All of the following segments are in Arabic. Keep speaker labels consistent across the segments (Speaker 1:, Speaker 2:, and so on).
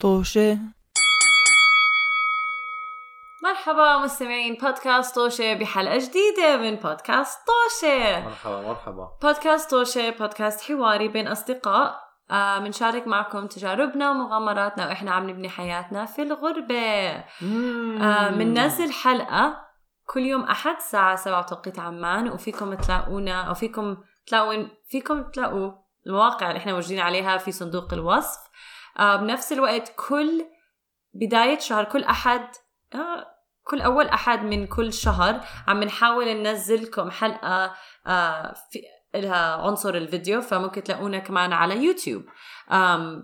Speaker 1: طوشة
Speaker 2: مرحبا مستمعين بودكاست طوشة بحلقة جديدة من بودكاست طوشة
Speaker 3: مرحبا مرحبا
Speaker 2: بودكاست طوشة بودكاست حواري بين أصدقاء آه، بنشارك معكم تجاربنا ومغامراتنا وإحنا عم نبني حياتنا في الغربة آه، بننزل حلقة كل يوم أحد الساعة 7 توقيت عمان وفيكم تلاقونا أو فيكم تلاقون فيكم تلاقوا المواقع اللي احنا موجودين عليها في صندوق الوصف آه، بنفس الوقت كل بداية شهر كل أحد آه، كل أول أحد من كل شهر عم نحاول ننزلكم حلقة آه، في لها عنصر الفيديو فممكن تلاقونا كمان على يوتيوب أم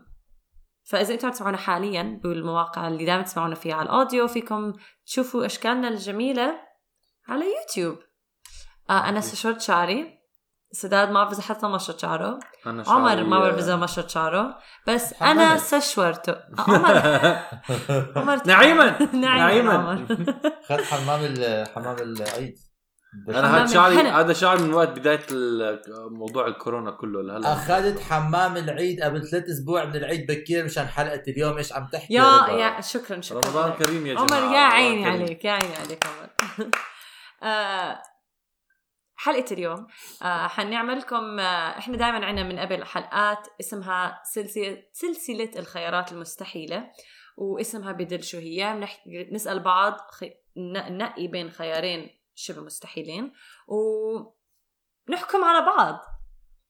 Speaker 2: فإذا أنتم عم تسمعونا حاليا بالمواقع اللي دائما تسمعونا فيها على الأوديو فيكم تشوفوا أشكالنا الجميلة على يوتيوب آه أنا شورت شعري سداد ما بعرف إذا حتى مشط شعره
Speaker 3: انا شعري-
Speaker 2: عمر ما بعرف إذا مشط شعره بس أنا
Speaker 3: حمد.
Speaker 2: سشورته آه، عمر عمر
Speaker 3: نعيما
Speaker 2: نعيما
Speaker 3: نعيما.
Speaker 2: عمر.
Speaker 4: خد حمام ال حمام العيد
Speaker 3: انا هذا
Speaker 2: من
Speaker 3: شعري
Speaker 2: حلق.
Speaker 3: هذا شعري من وقت بدايه ال- موضوع الكورونا كله لهلا
Speaker 4: اخذت حمام العيد قبل ثلاث اسبوع من العيد بكير مشان حلقه اليوم ايش عم تحكي
Speaker 2: يا
Speaker 4: رضا؟
Speaker 2: يا شكرا شكرا
Speaker 3: رمضان كريم يا جماعه
Speaker 2: عمر يا
Speaker 3: رمضان
Speaker 2: عيني
Speaker 3: كريم.
Speaker 2: عليك يا عيني عليك عمر آه، حلقة اليوم آه، حنعمل لكم آه، احنا دائما عنا من قبل حلقات اسمها سلسلة سلسلة الخيارات المستحيلة واسمها بدل شو هي بنح- بنسأل بعض خي... ن- ننقي بين خيارين شبه مستحيلين ونحكم على بعض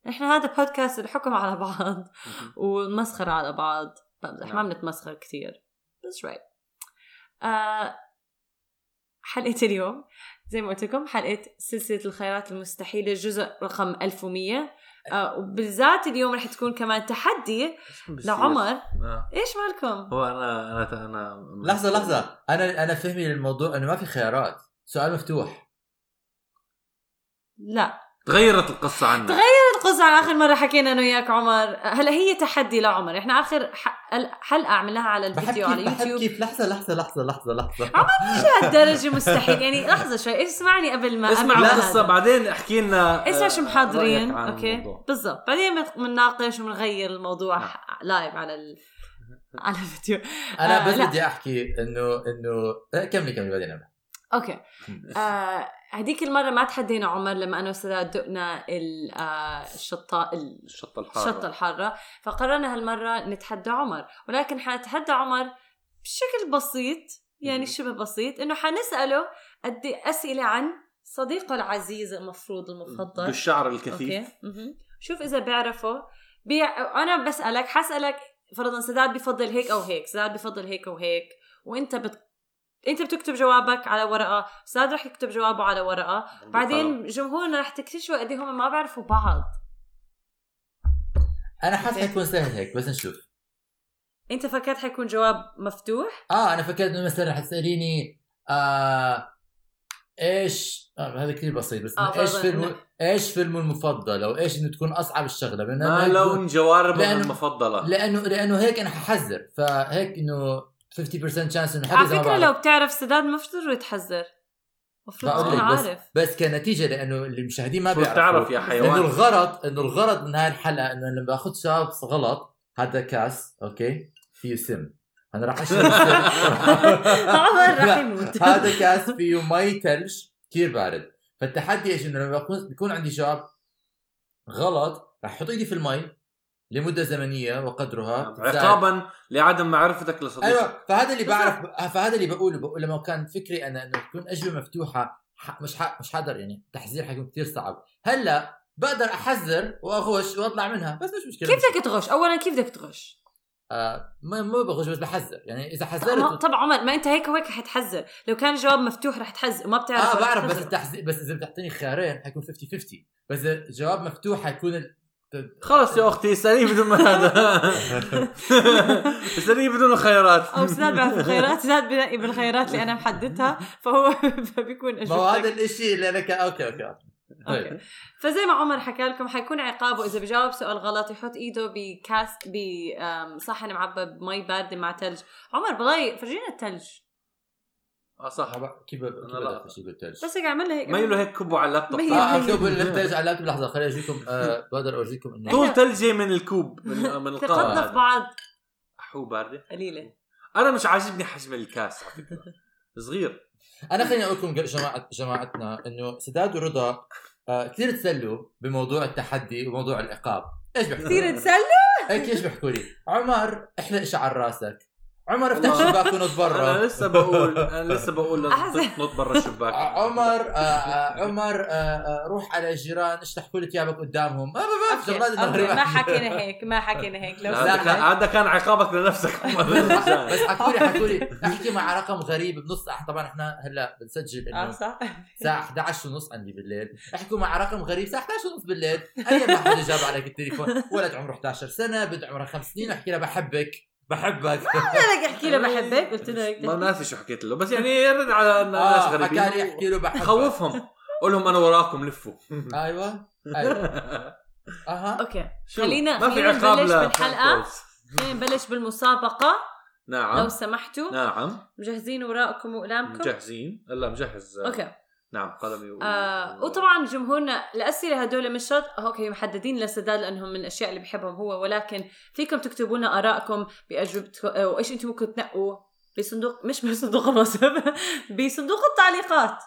Speaker 2: احنا هذا بودكاست الحكم على بعض والمسخرة على بعض بمزح ما
Speaker 3: نعم.
Speaker 2: بنتمسخر كثير بس right آه حلقة اليوم زي ما قلت لكم حلقة سلسلة الخيارات المستحيلة جزء رقم 1100 آه وبالذات اليوم رح تكون كمان تحدي
Speaker 3: شو بصير؟
Speaker 2: لعمر
Speaker 3: آه.
Speaker 2: ايش مالكم؟
Speaker 3: هو انا انا انا
Speaker 4: لحظه لحظه انا انا فهمي للموضوع انه ما في خيارات سؤال مفتوح
Speaker 2: لا
Speaker 3: تغيرت القصه عنا
Speaker 2: تغير- قصة عن اخر مرة حكينا انا وياك عمر هلا هي تحدي لعمر احنا اخر ح- حلقة عملناها على
Speaker 4: بحب
Speaker 2: الفيديو
Speaker 4: كيف
Speaker 2: على
Speaker 4: بحب
Speaker 2: يوتيوب
Speaker 4: كيف لحظه لحظه لحظه لحظه لحظه
Speaker 2: لهالدرجة مستحيل يعني لحظة شوي اسمعني قبل ما
Speaker 3: اسمع
Speaker 2: قبل ما
Speaker 3: القصه
Speaker 2: هذا.
Speaker 3: بعدين احكي لنا
Speaker 2: اسمع شو محاضرين
Speaker 3: رأيك عن
Speaker 2: اوكي
Speaker 3: الموضوع.
Speaker 2: بالضبط بعدين بت- بنناقش وبنغير الموضوع
Speaker 3: نعم.
Speaker 2: لايف على ال... على الفيديو
Speaker 4: انا
Speaker 2: آه،
Speaker 4: بس
Speaker 2: لا.
Speaker 4: بدي احكي انه انه إيه، كملي كملي بعدين أنا.
Speaker 2: اوكي آه، هديك المره ما تحدينا عمر لما انا وسداد دقنا ال- آه، الشطه ال-
Speaker 3: الشطه الحاره
Speaker 2: الشطه الحاره فقررنا هالمره نتحدى عمر ولكن حنتحدى عمر بشكل بسيط يعني
Speaker 3: مهم.
Speaker 2: شبه بسيط انه حنساله قد إيه اسئله عن صديقه العزيز المفروض المفضل
Speaker 3: بالشعر الكثيف
Speaker 2: اوكي مهم. شوف اذا بيعرفوا بيع... انا بسالك حسالك فرضا سداد بيفضل هيك او هيك سداد بيفضل هيك او هيك وانت بت... انت بتكتب جوابك على ورقه سداد رح يكتب جوابه على ورقه بعدين جمهورنا رح تكتشفوا قد إيه هم ما بيعرفوا بعض
Speaker 4: انا حاسس حيكون سهل هيك بس نشوف
Speaker 2: انت فكرت حيكون جواب مفتوح
Speaker 4: اه انا فكرت انه مثلا رح تساليني آه ايش آه هذا كثير بسيط بس
Speaker 2: آه،
Speaker 4: ايش
Speaker 2: برضه
Speaker 4: فيلم
Speaker 2: إنه-
Speaker 4: ايش فيلم المفضل او ايش انه تكون اصعب الشغله لأنه
Speaker 3: ما
Speaker 4: هيك-
Speaker 3: لون جواربه
Speaker 4: لأنه-
Speaker 3: المفضله
Speaker 4: لانه لانه هيك انا ححذر فهيك انه 50% chance انه
Speaker 2: على
Speaker 4: حد
Speaker 2: فكره لو بتعرف سداد مفترض تحذر المفروض
Speaker 4: بقول
Speaker 2: تكون
Speaker 4: لك بس-
Speaker 2: عارف
Speaker 4: بس كنتيجه لانه المشاهدين ما
Speaker 3: شو
Speaker 4: بيعرفوا
Speaker 3: بتعرف يا
Speaker 4: انه
Speaker 3: حيوان
Speaker 4: الغرض انه الغرض من هاي الحلقه انه لما باخذ شاب غلط هذا كاس اوكي فيه سم انا راح اشرب سم
Speaker 2: عمر رح
Speaker 4: لا،
Speaker 2: يموت
Speaker 4: هذا كاس فيه مي ثلج كثير بارد فالتحدي ايش انه لما بكون- بيكون عندي جواب غلط رح يحط ايدي في المي لمده زمنيه
Speaker 3: نعم،
Speaker 4: وقدرها
Speaker 3: عقابا لعدم معرفتك لصديقك
Speaker 4: ايوه فهذا اللي بعرف فهذا اللي بقوله بقول لما كان فكري انا انه تكون اجوبه مفتوحه ح- مش ح... مش حقدر يعني تحذير حيكون كثير صعب هلا بقدر احذر واغش واطلع منها بس مش مشكله
Speaker 2: كيف بدك تغش اولا كيف بدك تغش
Speaker 4: آه ما ما بغش بس بحذر يعني اذا
Speaker 2: ما-
Speaker 4: حذرت
Speaker 2: طبعا عمر ما انت هيك وهيك رح تحذر لو كان الجواب مفتوح رح تحذر ما بتعرف
Speaker 4: اه
Speaker 2: رح
Speaker 4: بعرف بس
Speaker 2: تحذر.
Speaker 4: التحذير بس اذا بتعطيني خيارين حيكون 50 50 بس إذا جواب مفتوح حيكون ال...
Speaker 3: خلص يا اختي اساليه بدون ما هذا اساليه بدون خيارات
Speaker 2: او سداد بعرف الخيارات سداد بنقي بالخيارات اللي انا محددها فهو بيكون
Speaker 4: ما هو هذا
Speaker 2: اجوبتك
Speaker 4: الشيء اللي انا ك... اوكي اوكي أوكي. طيب.
Speaker 2: أوكي. فزي ما عمر حكى لكم حيكون عقابه اذا بجاوب سؤال غلط يحط ايده بكاس بصحن معبى بمي بارده مع ثلج عمر بالله فرجينا الثلج
Speaker 3: اه صح
Speaker 4: طب كيف
Speaker 3: أنا
Speaker 4: كيف
Speaker 3: لا.
Speaker 4: بدأت الشيء بالثلج؟
Speaker 2: بس هيك عمل هيك
Speaker 3: ما يلو هيك كبوا على اللابتوب
Speaker 2: ما هي-
Speaker 4: اه
Speaker 3: آه،
Speaker 4: اكتب الثلج على اللابتوب لحظه خليني اورجيكم آه بقدر اورجيكم انه
Speaker 3: طول ثلجي من الكوب من من القاع
Speaker 2: ثقتنا في
Speaker 3: هذا.
Speaker 2: بعض
Speaker 3: حو بارده
Speaker 2: قليله
Speaker 3: انا مش عاجبني حجم الكاس على فكره صغير
Speaker 4: انا خليني اقول لكم جماعه جماعتنا انه سداد ورضا آه كثير تسلوا بموضوع التحدي وموضوع العقاب ايش بيحكوا لي؟
Speaker 2: كثير تسلى
Speaker 4: هيك ايش بيحكوا لي عمر احلق شعر راسك عمر افتح شباك ونط
Speaker 3: انا
Speaker 4: برا
Speaker 3: لسه بقول انا لسه بقول
Speaker 2: أحسن.
Speaker 3: لازم تنط برا الشباك
Speaker 4: ع- عمر آه، آه، عمر آه، آه، روح على الجيران اشلح كل ثيابك قدامهم ما ما ما شغلات النهار.
Speaker 2: ما حكينا هيك ما حكينا هيك لو
Speaker 4: لا،
Speaker 3: هذا
Speaker 2: سمحت
Speaker 3: كان هذا كان عقابك لنفسك
Speaker 4: بس حكوا لي حكوا لي احكي مع رقم غريب بنص ساعه طبعا احنا هلا بنسجل
Speaker 2: اه
Speaker 4: انه
Speaker 2: صح
Speaker 4: الساعه 11 ونص عندي بالليل احكوا مع رقم غريب الساعه 11 ونص بالليل اي ما حدا جاب عليك التليفون ولد عمره 11 سنه بنت عمرها خمس سنين احكي لها بحبك بحبك
Speaker 2: انا لك احكي له بحبك قلت له هيك
Speaker 3: ما ما في شو حكيت له بس يعني رد على الناس
Speaker 4: اه
Speaker 3: غريبين
Speaker 4: حكى لي احكي له بحبك
Speaker 3: خوفهم قول لهم انا وراكم لفوا
Speaker 4: ايوه ايوه اها
Speaker 2: اوكي
Speaker 3: شو؟
Speaker 2: خلينا-
Speaker 3: ما في
Speaker 2: خلينا
Speaker 3: عقاب
Speaker 2: نبلش
Speaker 3: لا
Speaker 2: بالحلقة.
Speaker 3: فوز.
Speaker 2: خلينا إيه، نبلش بالمسابقه لو
Speaker 3: نعم
Speaker 2: سمحتوا
Speaker 3: نعم
Speaker 2: مجهزين وراءكم وقلامكم
Speaker 3: مجهزين هلا مجهز
Speaker 2: اوكي
Speaker 3: نعم قلمي و...
Speaker 2: آه وطبعا جمهورنا الاسئله هدول مش شرط اوكي محددين لسداد لانهم من الاشياء اللي بحبهم هو ولكن فيكم تكتبوا لنا ارائكم باجوبتكم وايش انتم ممكن تنقوا بصندوق مش بصندوق الوصف بصندوق التعليقات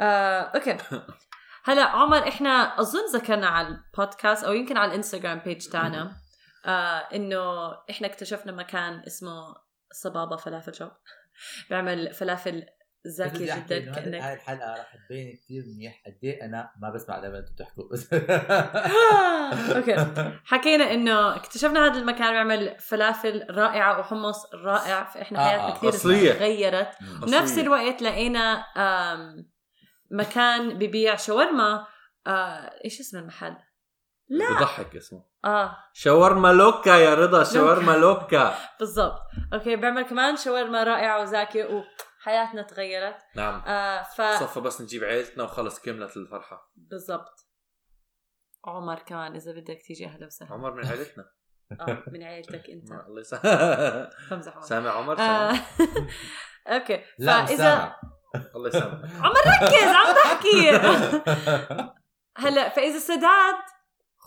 Speaker 2: آه، اوكي هلا عمر احنا اظن ذكرنا على البودكاست او يمكن على الانستغرام بيج تاعنا آه، انه احنا اكتشفنا مكان اسمه صبابه فلافل شوب بيعمل فلافل زاكي
Speaker 4: بدي أحكي
Speaker 2: جدا
Speaker 4: إنه
Speaker 2: كانك
Speaker 4: هاي الحلقه راح تبين كثير منيح قد ايه انا ما بسمع لما انتم تحكوا بس
Speaker 2: اوكي آه، حكينا انه اكتشفنا هذا المكان بيعمل فلافل رائعه وحمص رائع فاحنا
Speaker 4: آه،
Speaker 2: حياتنا
Speaker 4: آه،
Speaker 2: كثير
Speaker 3: أصلية.
Speaker 2: تغيرت بنفس الوقت لقينا آم، مكان ببيع شاورما آه، ايش اسم المحل؟ لا.
Speaker 3: بضحك اسمه
Speaker 2: اه
Speaker 3: شاورما لوكا يا رضا شاورما لوكا
Speaker 2: بالضبط اوكي بيعمل كمان شاورما رائعه وزاكيه وحياتنا تغيرت
Speaker 3: نعم
Speaker 2: آه، ف
Speaker 3: صفى بس نجيب عيلتنا وخلص كملت الفرحه
Speaker 2: بالضبط عمر كمان اذا بدك تيجي اهلا وسهلا
Speaker 3: عمر من عيلتنا
Speaker 2: آه، من عيلتك انت
Speaker 3: الله يسامح
Speaker 2: بمزح عمر
Speaker 3: سامع عمر
Speaker 2: آه،
Speaker 3: سامع.
Speaker 2: اوكي
Speaker 4: لا
Speaker 2: فاذا
Speaker 4: مسامع.
Speaker 3: الله يسامح
Speaker 2: ركز عم بحكي هلا فاذا سداد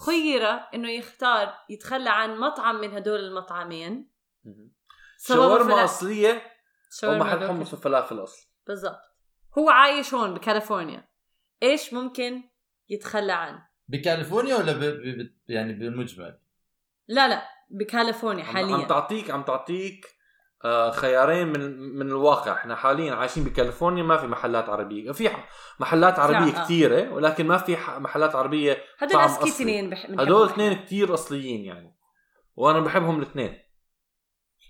Speaker 2: خير انه يختار يتخلى عن مطعم من هدول المطعمين سبب
Speaker 3: شاورما
Speaker 2: الفلا-
Speaker 3: أصلية ومحل
Speaker 2: شاورما
Speaker 3: حمص وفلافل أصل
Speaker 2: بالضبط هو عايش هون بكاليفورنيا ايش ممكن يتخلى عن
Speaker 4: بكاليفورنيا ولا ب... ب... ب... يعني بالمجمل؟
Speaker 2: لا لا بكاليفورنيا
Speaker 3: عم- عم
Speaker 2: حاليا
Speaker 3: تعطيك عم تعطيك آه، خيارين من من الواقع احنا حاليا عايشين بكاليفورنيا ما في محلات عربيه في ح- محلات عربيه
Speaker 2: آه.
Speaker 3: كثيره ولكن ما في ح- محلات عربيه
Speaker 2: هدول
Speaker 3: طعم
Speaker 2: اسكي
Speaker 3: أصلي.
Speaker 2: تنين بح... بنحبهم
Speaker 3: هدول
Speaker 2: إحنا.
Speaker 3: اثنين كثير اصليين يعني وانا بحبهم الاثنين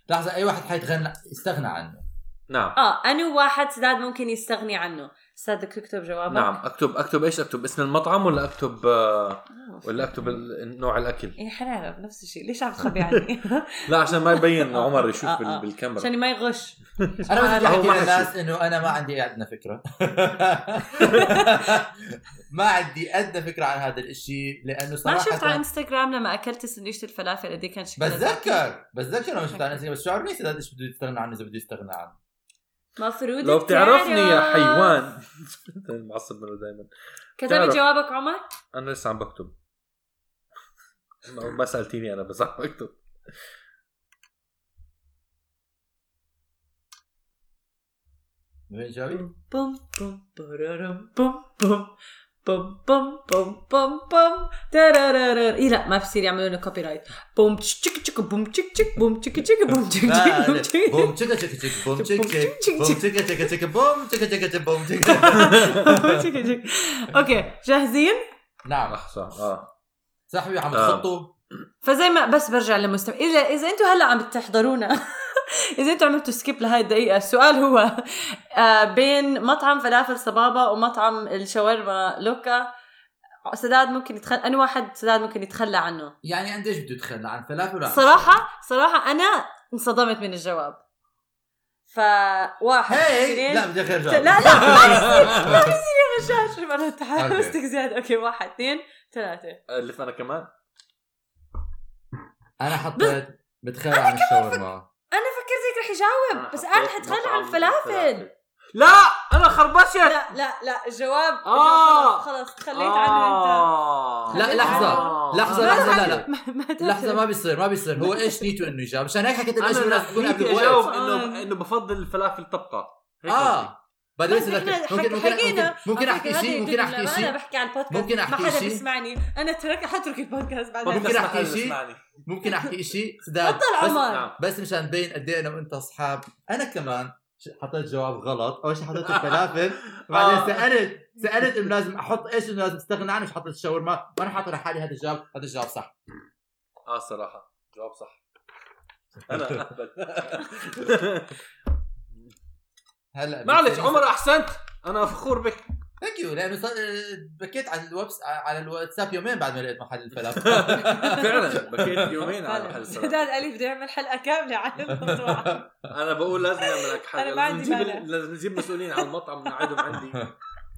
Speaker 4: لحظه اي واحد حيتغنى يستغنى عنه
Speaker 3: نعم
Speaker 2: اه انو واحد سداد ممكن يستغني عنه سداد بدك تكتب جوابك
Speaker 3: نعم اكتب اكتب ايش اكتب اسم المطعم ولا اكتب آه،
Speaker 2: آه،
Speaker 3: ولا اكتب ال- نوع الاكل
Speaker 2: ايه حنعرف نفس الشيء ليش عم تخبي عني
Speaker 3: لا عشان ما يبين
Speaker 2: آه،
Speaker 3: عمر
Speaker 2: آه،
Speaker 3: يشوف بال-
Speaker 2: آه.
Speaker 3: بالكاميرا
Speaker 2: عشان ما يغش
Speaker 4: انا بس بدي
Speaker 3: هو
Speaker 4: احكي
Speaker 3: ما
Speaker 4: للناس انه انا ما عندي ادنى فكره ما عندي ادنى فكره عن هذا الشيء لانه
Speaker 2: ما
Speaker 4: صراحه
Speaker 2: شفت على انستغرام لما اكلت سندويشة الفلافل قد إيه كان شكلها زاكي.
Speaker 4: بتذكر بتذكر لما شفت على انستغرام بس شعرني سداد ايش بده يستغنى عنه اذا بده يستغنى عنه
Speaker 2: مفروض
Speaker 3: لو بتعرفني يا
Speaker 2: تعرف.
Speaker 3: حيوان معصب منه دائما
Speaker 2: كتبت
Speaker 3: تعرف.
Speaker 2: جوابك عمر
Speaker 3: انا لسه عم بكتب ما- ما سالتيني انا بس عم بكتب
Speaker 4: وين جاوبي؟
Speaker 2: بوم بوم بررم بوم بوم بوم بوم بوم بوم بوم ترررر إيه لا ما بصير يعملوا لنا كوبي رايت بوم تشك تشك بوم تشك تشك بوم تشك تشك بوم تشك تشك بوم تشك
Speaker 4: بوم تشيكا تشيكا تشيك بوم تشيك تشيك بوم تشيكا تشيكا تشيك بوم تشيكا تشيكا تشيك بوم تشيكا
Speaker 2: بوم تشك تشك. اوكي جاهزين
Speaker 4: نعم
Speaker 3: صح صح اه
Speaker 4: صاحبي عم
Speaker 3: آه.
Speaker 4: تخطوا
Speaker 2: فزي ما بس برجع للمستمع اذا اذا انتم هلا عم تحضرونا اذا انتم عملتوا سكيب لهاي الدقيقه السؤال هو آه، بين مطعم فلافل صبابه ومطعم الشاورما لوكا سداد ممكن يتخلى انا واحد سداد ممكن يتخلى عنه
Speaker 4: يعني قديش بده يتخلى عن فلافل ولا عن
Speaker 2: صراحه صراحه انا انصدمت من الجواب فواحد
Speaker 4: هي
Speaker 2: اثنين،
Speaker 4: لا بدي اخر
Speaker 2: لا
Speaker 4: جواب
Speaker 2: لا لا بصير يا غشاش مرة تحمستك
Speaker 4: أوكي.
Speaker 2: زيادة اوكي واحد اثنين ثلاثة
Speaker 3: الف انا كمان
Speaker 4: انا حطيت بتخلى عن الشاورما
Speaker 2: انا فكرت هيك رح
Speaker 4: آه،
Speaker 2: يجاوب بس انا حتخلى عن الفلافل
Speaker 3: لا انا خربشت
Speaker 2: لا لا لا الجواب الجواب
Speaker 3: آه.
Speaker 2: خلص خلص خليت عنه انت
Speaker 4: لا، لحظة.
Speaker 3: اه
Speaker 4: آه. لحظة،
Speaker 3: آه.
Speaker 4: لحظة، لا، لا.
Speaker 2: ما- ما تدري.
Speaker 4: لحظه ما بيصير ما بيصير هو ايش نيته انه يجاوب عشان هيك حكيت ليش
Speaker 3: انا
Speaker 4: الناس
Speaker 3: لا
Speaker 4: تكون قبل
Speaker 3: بدي
Speaker 4: بوقت
Speaker 3: اجاوب
Speaker 2: آه.
Speaker 3: انه انه بفضل الفلافل طبقه هيك قصدي.
Speaker 4: اه بعدين
Speaker 2: بس إحنا
Speaker 4: ممكن ممكن ممكن,
Speaker 2: حكينا.
Speaker 4: ممكن
Speaker 2: على فكرة
Speaker 4: احكي
Speaker 2: هذا
Speaker 4: شيء ممكن
Speaker 2: يدل
Speaker 4: احكي
Speaker 2: لما
Speaker 4: شيء
Speaker 2: انا بحكي عن البودكاست
Speaker 4: ممكن
Speaker 2: ما
Speaker 4: أحكي
Speaker 2: حدا
Speaker 4: شيء؟
Speaker 2: بيسمعني انا ترك حترك البودكاست
Speaker 3: ما
Speaker 2: بعدين
Speaker 4: ممكن
Speaker 3: بدي
Speaker 4: أحكي
Speaker 3: أسمع حدا
Speaker 4: شيء؟
Speaker 3: يسمعني.
Speaker 4: ممكن احكي شيء سداد
Speaker 2: تفضل
Speaker 4: بس-
Speaker 2: عمر
Speaker 3: نعم
Speaker 4: بس مشان نبين قد ايه انا وانت اصحاب انا كمان ش- حطيت جواب غلط اول شيء حطيت الفلافل
Speaker 3: آه.
Speaker 4: بعدين سالت سالت انه لازم احط ايش انه لازم استغنى عنه مش حطيت الشاورما وانا حاطط لحالي هذا الجواب هذا الجواب صح
Speaker 3: اه صراحه جواب صح انا اهبل
Speaker 4: هلا
Speaker 3: معلش عمر احسنت انا فخور بك
Speaker 4: ثانك يو لانه صار- بكيت على الوبس على الواتساب يومين بعد ما لقيت محل الفلافل
Speaker 3: آه، فعلا بكيت يومين على محل السلام
Speaker 2: سداد قال لي بده يعمل حلقه كامله عن الموضوع
Speaker 3: انا بقول لازم نعمل لك حاجه
Speaker 2: أنا ما
Speaker 3: لازم
Speaker 2: عندي
Speaker 3: نجيب
Speaker 2: مانع.
Speaker 3: لازم نجيب مسؤولين على المطعم نقعدهم عندي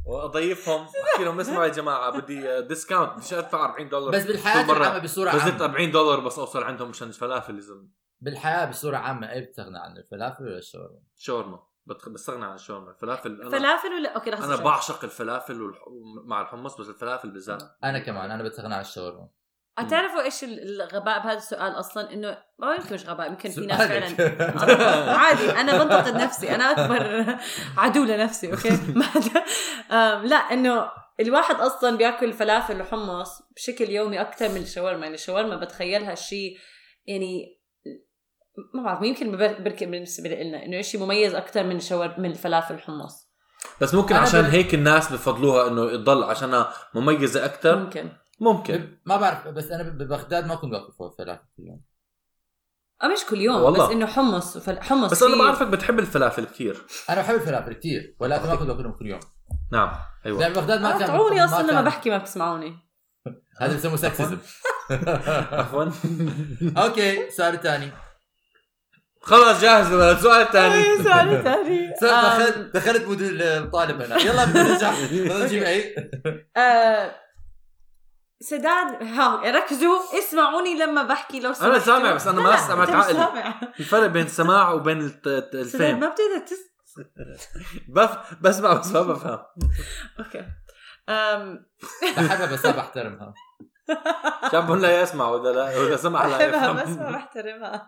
Speaker 3: واضيفهم احكي لهم اسمعوا يا جماعه بدي ديسكاونت مش ادفع 40 دولار
Speaker 4: بس بالحياه
Speaker 3: كل مرة.
Speaker 4: العامه بصوره
Speaker 3: بزت
Speaker 4: عامه
Speaker 3: 40 دولار بس اوصل عندهم مشان الفلافل يا زلمه
Speaker 4: بالحياه بصوره عامه ايه بتغنى عن الفلافل ولا الشاورما؟
Speaker 3: شاورما بتخ- بستغنى عن الشاورما الفلافل انا
Speaker 2: فلافل ولا اوكي لحظه
Speaker 3: انا
Speaker 2: شوي.
Speaker 3: بعشق الفلافل والح... مع الحمص بس الفلافل بالذات
Speaker 4: انا كمان انا بتغنى عن الشاورما
Speaker 2: تعرفوا ايش ال- الغباء بهذا السؤال اصلا انه ما يمكن مش غباء يمكن في ناس
Speaker 4: سؤالك.
Speaker 2: فعلا عادي انا بنتقد نفسي انا اكبر عدو لنفسي اوكي ما حدا- آم، لا انه الواحد اصلا بياكل فلافل وحمص بشكل يومي اكثر من الشاورما يعني الشاورما بتخيلها شيء يعني ما بعرف يمكن ببر- بركي بالنسبه لنا انه شيء مميز اكثر من الشاور من الفلافل والحمص
Speaker 3: بس ممكن
Speaker 4: أنا
Speaker 3: عشان
Speaker 4: بال-
Speaker 3: هيك الناس بفضلوها انه تضل عشانها مميزه اكثر
Speaker 2: ممكن
Speaker 3: ممكن
Speaker 4: ما بعرف بس انا ببغداد ما كنت باكل فوق فلافل كل يوم
Speaker 2: آه، مش كل يوم
Speaker 3: والله.
Speaker 2: بس انه حمص وفل... حمص
Speaker 3: بس انا
Speaker 2: كتير.
Speaker 3: بعرفك بتحب الفلافل كثير
Speaker 4: انا بحب الفلافل كثير ولكن ما كنت باكلهم كل يوم
Speaker 3: نعم ايوه
Speaker 4: لان بغداد ما كان
Speaker 2: قطعوني
Speaker 4: ما
Speaker 2: اصلا
Speaker 4: كان-
Speaker 2: لما بحكي ما بتسمعوني
Speaker 4: هذا بسموه سكسزم
Speaker 3: عفوا
Speaker 4: اوكي سؤال ثاني
Speaker 3: خلاص جاهز ولا سؤال ثاني
Speaker 2: سؤال تاني
Speaker 4: دخلت دخلت مود الطالب انا يلا بدنا نرجع بدنا نجيب اي
Speaker 2: آه، سداد ها ركزوا اسمعوني لما بحكي لو
Speaker 3: انا
Speaker 2: سمحتوا.
Speaker 3: سامع بس انا ما سمعت
Speaker 2: أنت مش
Speaker 3: عقلي
Speaker 2: سامع.
Speaker 3: الفرق بين السماع وبين الت-
Speaker 2: سداد
Speaker 3: الت- الفهم
Speaker 2: ما بتقدر تس
Speaker 3: بف... بسمع بس ما بفهم
Speaker 2: اوكي أم،
Speaker 4: بحبها بس ما بحترمها
Speaker 3: شاب لا يسمع ولا لا ولا سمع لا
Speaker 2: بحبها بس ما
Speaker 3: يفهم
Speaker 2: بحترمها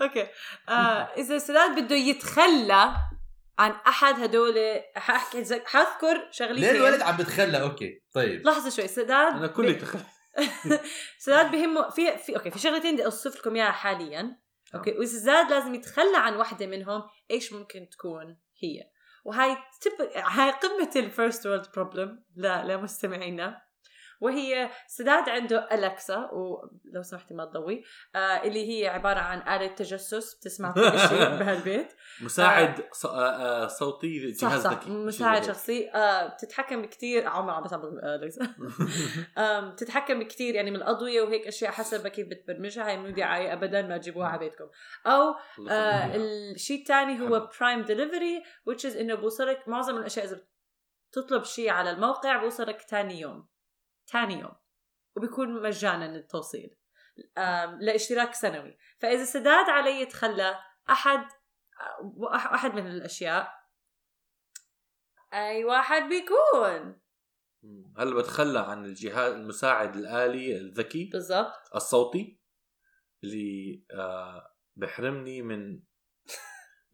Speaker 2: اوكي آه، اذا سداد بده يتخلى عن احد هدول حاحكي حاذكر
Speaker 4: ليه
Speaker 2: شغلتين
Speaker 4: الولد عم بتخلى اوكي طيب
Speaker 2: لحظه شوي سداد
Speaker 3: انا كلي تخ...
Speaker 2: سداد بهمه في في اوكي في شغلتين بدي اوصف لكم اياها حاليا اوكي واذا زاد لازم يتخلى عن وحده منهم ايش ممكن تكون هي وهاي تب... هاي قمه الفيرست وورلد بروبلم لا لمستمعينا وهي سداد عنده ألكسا ولو سمحتي ما تضوي آه اللي هي عبارة عن آلة تجسس بتسمع كل شيء بهالبيت
Speaker 3: مساعد ص... آه، آه، صوتي
Speaker 2: صح
Speaker 3: جهاز
Speaker 2: صح
Speaker 3: ذكي
Speaker 2: مساعد شخصي آه بتتحكم كتير عمر عم بسمع ألكسا أم، بتتحكم كتير يعني من الأضوية وهيك أشياء حسب كيف بتبرمجها هاي مو دعاية أبدا ما تجيبوها على بيتكم أو آه الشيء الثاني هو برايم دليفري which is إنه بوصلك معظم الأشياء إذا بتطلب شيء على الموقع بوصلك تاني يوم تاني يوم وبيكون مجانا التوصيل أم، لاشتراك سنوي فإذا سداد علي يتخلى أحد أح- أحد من الأشياء أي واحد بيكون
Speaker 3: هلا بتخلى عن الجهاز المساعد الآلي الذكي
Speaker 2: بالضبط
Speaker 3: الصوتي اللي آه بحرمني من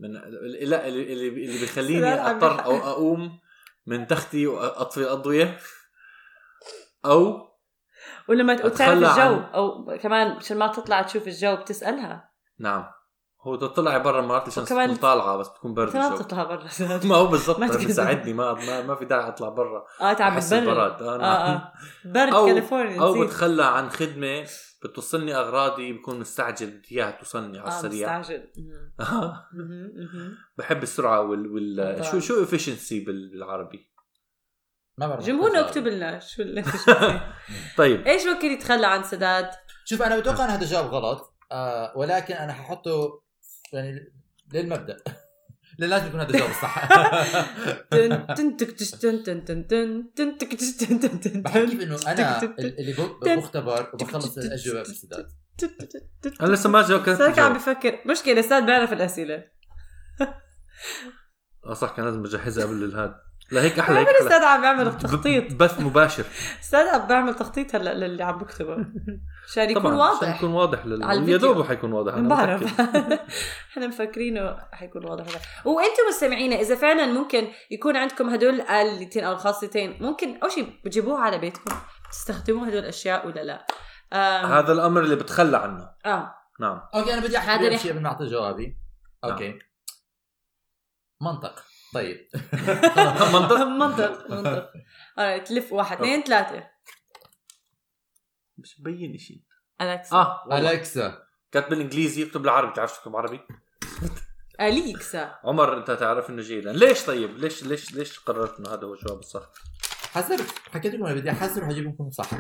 Speaker 3: من لا اللي اللي اللي بيخليني
Speaker 2: سلام عم
Speaker 3: اضطر
Speaker 2: بح-
Speaker 3: او اقوم من تختي واطفي الاضويه او
Speaker 2: ولما ت- وتعرف
Speaker 3: أتخلى
Speaker 2: الجو
Speaker 3: عن-
Speaker 2: او كمان عشان ما تطلع تشوف الجو بتسالها
Speaker 3: نعم هو تطلعي برا مرات عشان
Speaker 2: وكمان-
Speaker 3: تكون طالعه بس بتكون برد
Speaker 2: انت ما
Speaker 3: الجو
Speaker 2: بتطلع برا
Speaker 3: ما هو بالضبط
Speaker 2: ما تقدر.
Speaker 3: بيساعدني ما ما, ما في داعي اطلع برا
Speaker 2: اه انت عم
Speaker 3: أحس
Speaker 2: بتبرد
Speaker 3: بالبرد. آه،
Speaker 2: اه
Speaker 3: نعم.
Speaker 2: اه برد
Speaker 3: أو-
Speaker 2: كاليفورنيا
Speaker 3: او
Speaker 2: نسيت.
Speaker 3: بتخلى عن خدمه بتوصلني اغراضي بكون مستعجل بدي اياها توصلني على
Speaker 2: اه
Speaker 3: السريع
Speaker 2: مستعجل مم. مهم، مهم.
Speaker 3: بحب السرعه وال, وال...
Speaker 2: طبعاً.
Speaker 3: شو شو افشنسي بالعربي
Speaker 4: ما بعرف طيب.
Speaker 2: جمهورنا اكتب لنا شو اللي شو-
Speaker 3: طيب
Speaker 2: ايش ممكن يتخلى عن سداد؟
Speaker 4: شوف انا بتوقع ان هذا جواب غلط آه ولكن انا ححطه يعني للمبدا لأن لازم يكون هذا الجواب الصح
Speaker 2: تن- تن- تك- تش- تن- تن- تن- تن- تن- تك- تش- تن- تن- تن-
Speaker 4: بحكي
Speaker 2: تن-
Speaker 4: كيف انه انا
Speaker 2: تك- تك- تك.
Speaker 4: اللي بو- بختبر وبخلص الاجوبه بالسداد
Speaker 2: تن- تن- تن- تن-
Speaker 3: انا لسه ما جاوبت
Speaker 2: سداد عم بفكر مشكله سداد بيعرف الاسئله
Speaker 3: آه، اه صح كان لازم اجهزها قبل الهاد لهيك احلى هيك
Speaker 2: بعمل
Speaker 3: احلى
Speaker 2: استاذ عم بيعمل
Speaker 3: ب-
Speaker 2: التخطيط
Speaker 3: بث مباشر
Speaker 2: استاذ عم بعمل تخطيط هلا للي عم بكتبه عشان يكون
Speaker 3: طبعا عشان
Speaker 2: واضح
Speaker 3: يكون واضح لل...
Speaker 2: عالفيديو.
Speaker 3: يا دوب حيكون واضح أنا
Speaker 2: بعرف
Speaker 3: متأكد.
Speaker 2: احنا مفكرينه حيكون واضح هذا وانتم مستمعينا اذا فعلا ممكن يكون عندكم هدول الالتين او الخاصتين ممكن اول شيء بتجيبوه على بيتكم تستخدموا هدول الاشياء ولا لا آم،
Speaker 3: هذا الامر اللي بتخلى عنه
Speaker 2: اه
Speaker 3: نعم
Speaker 4: اوكي انا بدي
Speaker 2: هذا
Speaker 4: احكي
Speaker 2: رح-
Speaker 4: شيء قبل ما اعطي جوابي
Speaker 3: نعم.
Speaker 4: اوكي منطق طيب
Speaker 3: منطق
Speaker 2: منطق منطق آه، تلف واحد اثنين ثلاثة
Speaker 3: مش مبين شيء
Speaker 2: أليكسا
Speaker 3: اه والله.
Speaker 4: الكسا
Speaker 3: كاتب بالانجليزي اكتب بالعربي تعرف تكتب عربي
Speaker 2: أليكسا عمر
Speaker 3: عمر انت تعرف انه جيلان ليش طيب ليش ليش ليش قررت انه هذا هو الجواب الصح
Speaker 4: حسب حكيت لكم انا بدي احسن وحجيب لكم صح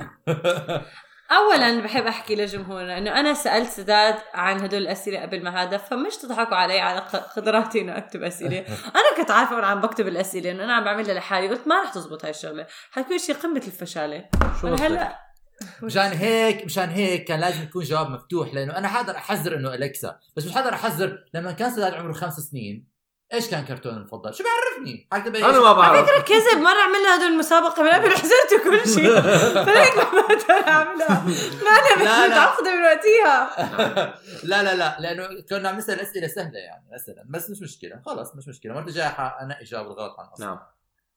Speaker 2: أولا بحب أحكي لجمهورنا إنه أنا سألت سداد عن هدول الأسئلة قبل ما هذا فمش تضحكوا علي على ق- قدراتي إنه أكتب أسئلة أنا كنت عارفة وأنا عم بكتب الأسئلة إنه أنا عم بعملها لحالي قلت ما رح تزبط هاي الشغلة حتكون شيء قمة الفشالة
Speaker 3: شو
Speaker 2: أنا
Speaker 3: قصدك؟
Speaker 2: هلا
Speaker 4: مشان هيك مشان هيك كان لازم يكون جواب مفتوح لانه انا حقدر احذر انه الكسا بس مش حقدر احذر لما كان سداد عمره خمس سنين ايش كان كرتون المفضل؟ شو بيعرفني؟ حكتب إيش؟
Speaker 3: انا ما بعرف
Speaker 2: فكرة كذب مرة عملنا هدول المسابقة من قبل حزرت كل شيء فليك ما بقدر أعملها ما
Speaker 4: لا،
Speaker 2: أنا
Speaker 4: لا.
Speaker 2: مش متعقدة من وقتيها
Speaker 4: لا لا لا لانه كنا عم نسال اسئله سهله يعني مثلا بس مش مشكله خلص مش مشكله مرة جاي انا اجاوب الغلط عن نعم. اصلا
Speaker 3: نعم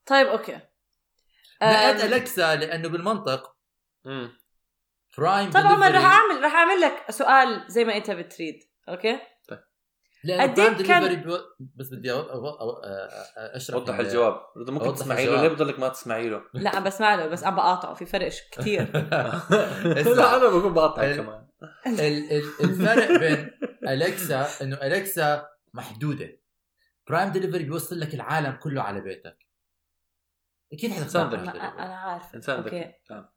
Speaker 2: طيب أوكي
Speaker 4: لقيت
Speaker 2: أم،
Speaker 4: الكسا لانه بالمنطق
Speaker 3: مم.
Speaker 4: برايم
Speaker 2: طب عمر رح
Speaker 4: delivery-
Speaker 2: اعمل رح اعمل لك سؤال زي ما انت بتريد اوكي
Speaker 4: لانه
Speaker 2: قد
Speaker 4: برايم
Speaker 2: إيه كان-
Speaker 4: دليفري بيو- بس بدي أو- أو- أو- اشرح
Speaker 3: وضح
Speaker 4: ال-
Speaker 3: الجواب اذا ممكن
Speaker 4: يعني وضح
Speaker 3: تسمعي له
Speaker 4: الجواب.
Speaker 3: ليه بضلك ما تسمعي له
Speaker 2: لا عم بسمع له بس عم بقاطعه في فرق ش- كتير
Speaker 3: لا انا بكون بقاطعك
Speaker 4: ال-
Speaker 3: كمان
Speaker 4: ال- ال- الفرق بين الكسا انه الكسا محدوده برايم دليفري بيوصل لك العالم كله على بيتك اكيد حتختار
Speaker 3: صادق.
Speaker 4: برايم
Speaker 2: ما-
Speaker 4: دليفري.
Speaker 2: انا عارف
Speaker 3: انسان
Speaker 2: أوكي.
Speaker 3: ذكي نعم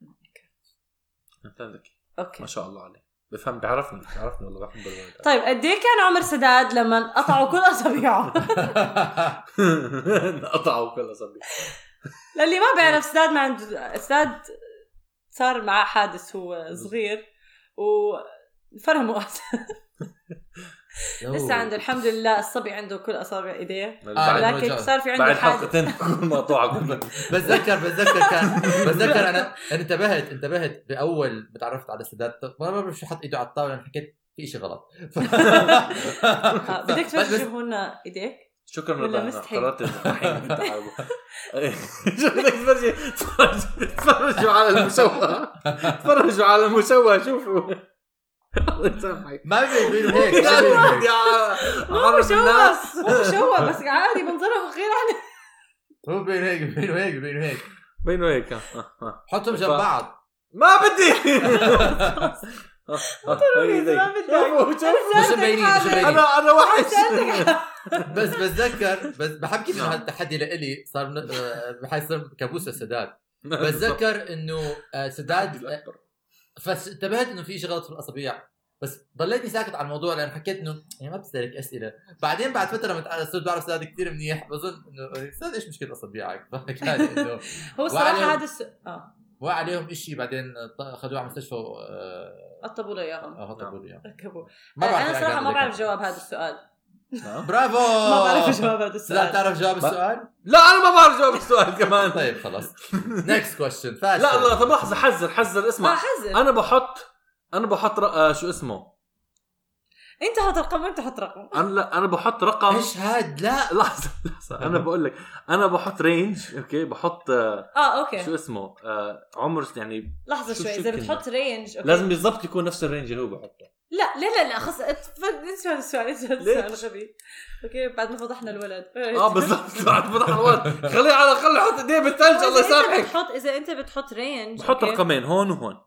Speaker 3: انسان ذكي
Speaker 2: اوكي
Speaker 3: ما شاء الله عليه بفهم بيعرفني بيعرفني والله بحب الولد
Speaker 2: طيب قد ايه كان عمر سداد لما قطعوا كل اصابعه
Speaker 3: قطعوا كل اصابعي
Speaker 2: للي ما بيعرف سداد ما عنده سداد صار معاه حادث هو صغير وفرموا لسه عنده الحمد لله الصبي عنده كل اصابع ايديه
Speaker 4: بعد
Speaker 3: بعد-
Speaker 2: آه، لكن
Speaker 4: رجع.
Speaker 2: صار في عنده
Speaker 3: بعد
Speaker 2: حادث
Speaker 3: حلقتين بكون مقطوعه كلها
Speaker 4: بتذكر بتذكر كان بتذكر انا انا انتبهت انتبهت باول ما تعرفت على السادات ما بعرف شو حط ايده على الطاوله انا حكيت في شيء غلط ف...
Speaker 2: آه، بدك تفرجوا لنا ايديك
Speaker 3: شكرا
Speaker 2: ولا
Speaker 3: لله انا
Speaker 2: مستحي.
Speaker 3: قررت الحين إيه. شو بدك تفرجي تفرج- تفرجوا على المشوه تفرجوا على المشوه شوفوا الله يسامحك
Speaker 4: ما بيقولوا هيك
Speaker 3: يا
Speaker 4: ما
Speaker 3: الواحد
Speaker 4: بيقولوا هيك.
Speaker 3: يا
Speaker 2: مو
Speaker 3: عرف الناس
Speaker 2: مشوه مو مشوه بس عادي منظره غير عن
Speaker 4: هو بيقولوا هيك بيقولوا هيك بيقولوا هيك
Speaker 3: بينه هيك آه، آه.
Speaker 4: حطهم جنب بعض
Speaker 3: ما بدي آه، آه، هيدي.
Speaker 2: ما بدك.
Speaker 3: شوفوا، شوفوا.
Speaker 4: مش مبينين مش مبينين
Speaker 3: انا انا وحش
Speaker 4: بس بتذكر بس بحب
Speaker 3: نعم.
Speaker 4: كيف انه هذا التحدي لإلي صار من- آه، بحس صار كابوس لسداد بتذكر انه آه، سداد آه، فانتبهت انه في شيء غلط في الاصابيع بس ضليتني ساكت على الموضوع لان حكيت انه يعني ما بسالك اسئله بعدين بعد فتره مت- صرت بعرف سداد كثير منيح بظن انه سداد ايش مشكله اصابيعك فكان انه
Speaker 2: هو صراحه
Speaker 4: وعليهم-
Speaker 2: هذا الس... اه
Speaker 4: وقع عليهم شيء بعدين ط- اخذوه على مستشفى آه،
Speaker 2: قطبوا له اياهم
Speaker 4: آه،
Speaker 3: نعم.
Speaker 4: هطبوا لي إياه.
Speaker 2: ركبوا
Speaker 4: ما بعرف
Speaker 2: انا
Speaker 4: إيه
Speaker 2: صراحه
Speaker 4: قاعد
Speaker 2: ما بعرف
Speaker 4: أقول لك.
Speaker 2: جواب هذا السؤال
Speaker 4: برافو
Speaker 3: آه.
Speaker 2: ما بعرف جواب هذا
Speaker 4: سداد
Speaker 2: السؤال
Speaker 4: تعرف جواب السؤال؟
Speaker 3: لا انا ما بعرف جواب السؤال كمان
Speaker 4: طيب خلاص نكست كويشن فاشل
Speaker 3: لا لا طب لحظه حذر حذر
Speaker 2: ما
Speaker 3: اسمع
Speaker 2: آه، حزن
Speaker 3: انا بحط انا بحط رق- آه، شو اسمه
Speaker 2: انت حط رقم وانت حط رقم
Speaker 3: انا لا انا بحط رقم
Speaker 4: ايش هاد لا
Speaker 3: لحظه لحظه انا بقول لك انا بحط رينج اوكي بحط آه،
Speaker 2: اه اوكي
Speaker 3: شو اسمه آه، عمر يعني
Speaker 2: لحظه
Speaker 3: شو-
Speaker 2: شوي
Speaker 3: شو
Speaker 2: اذا
Speaker 3: الكلمة؟
Speaker 2: بتحط رينج أوكي.
Speaker 3: لازم بالضبط يكون نفس الرينج اللي هو بحطه
Speaker 2: لا لا لا لا خص اتف- انسى هذا السؤال انسى هذا
Speaker 3: ليش؟
Speaker 2: السؤال غبي اوكي بعد ما فضحنا الولد
Speaker 3: اه بالضبط بعد فتح الوقت خليه على الاقل يحط ايديه بالثلج الله يسامحك
Speaker 2: بتحط اذا انت بتحط رينج
Speaker 3: بحط رقمين هون وهون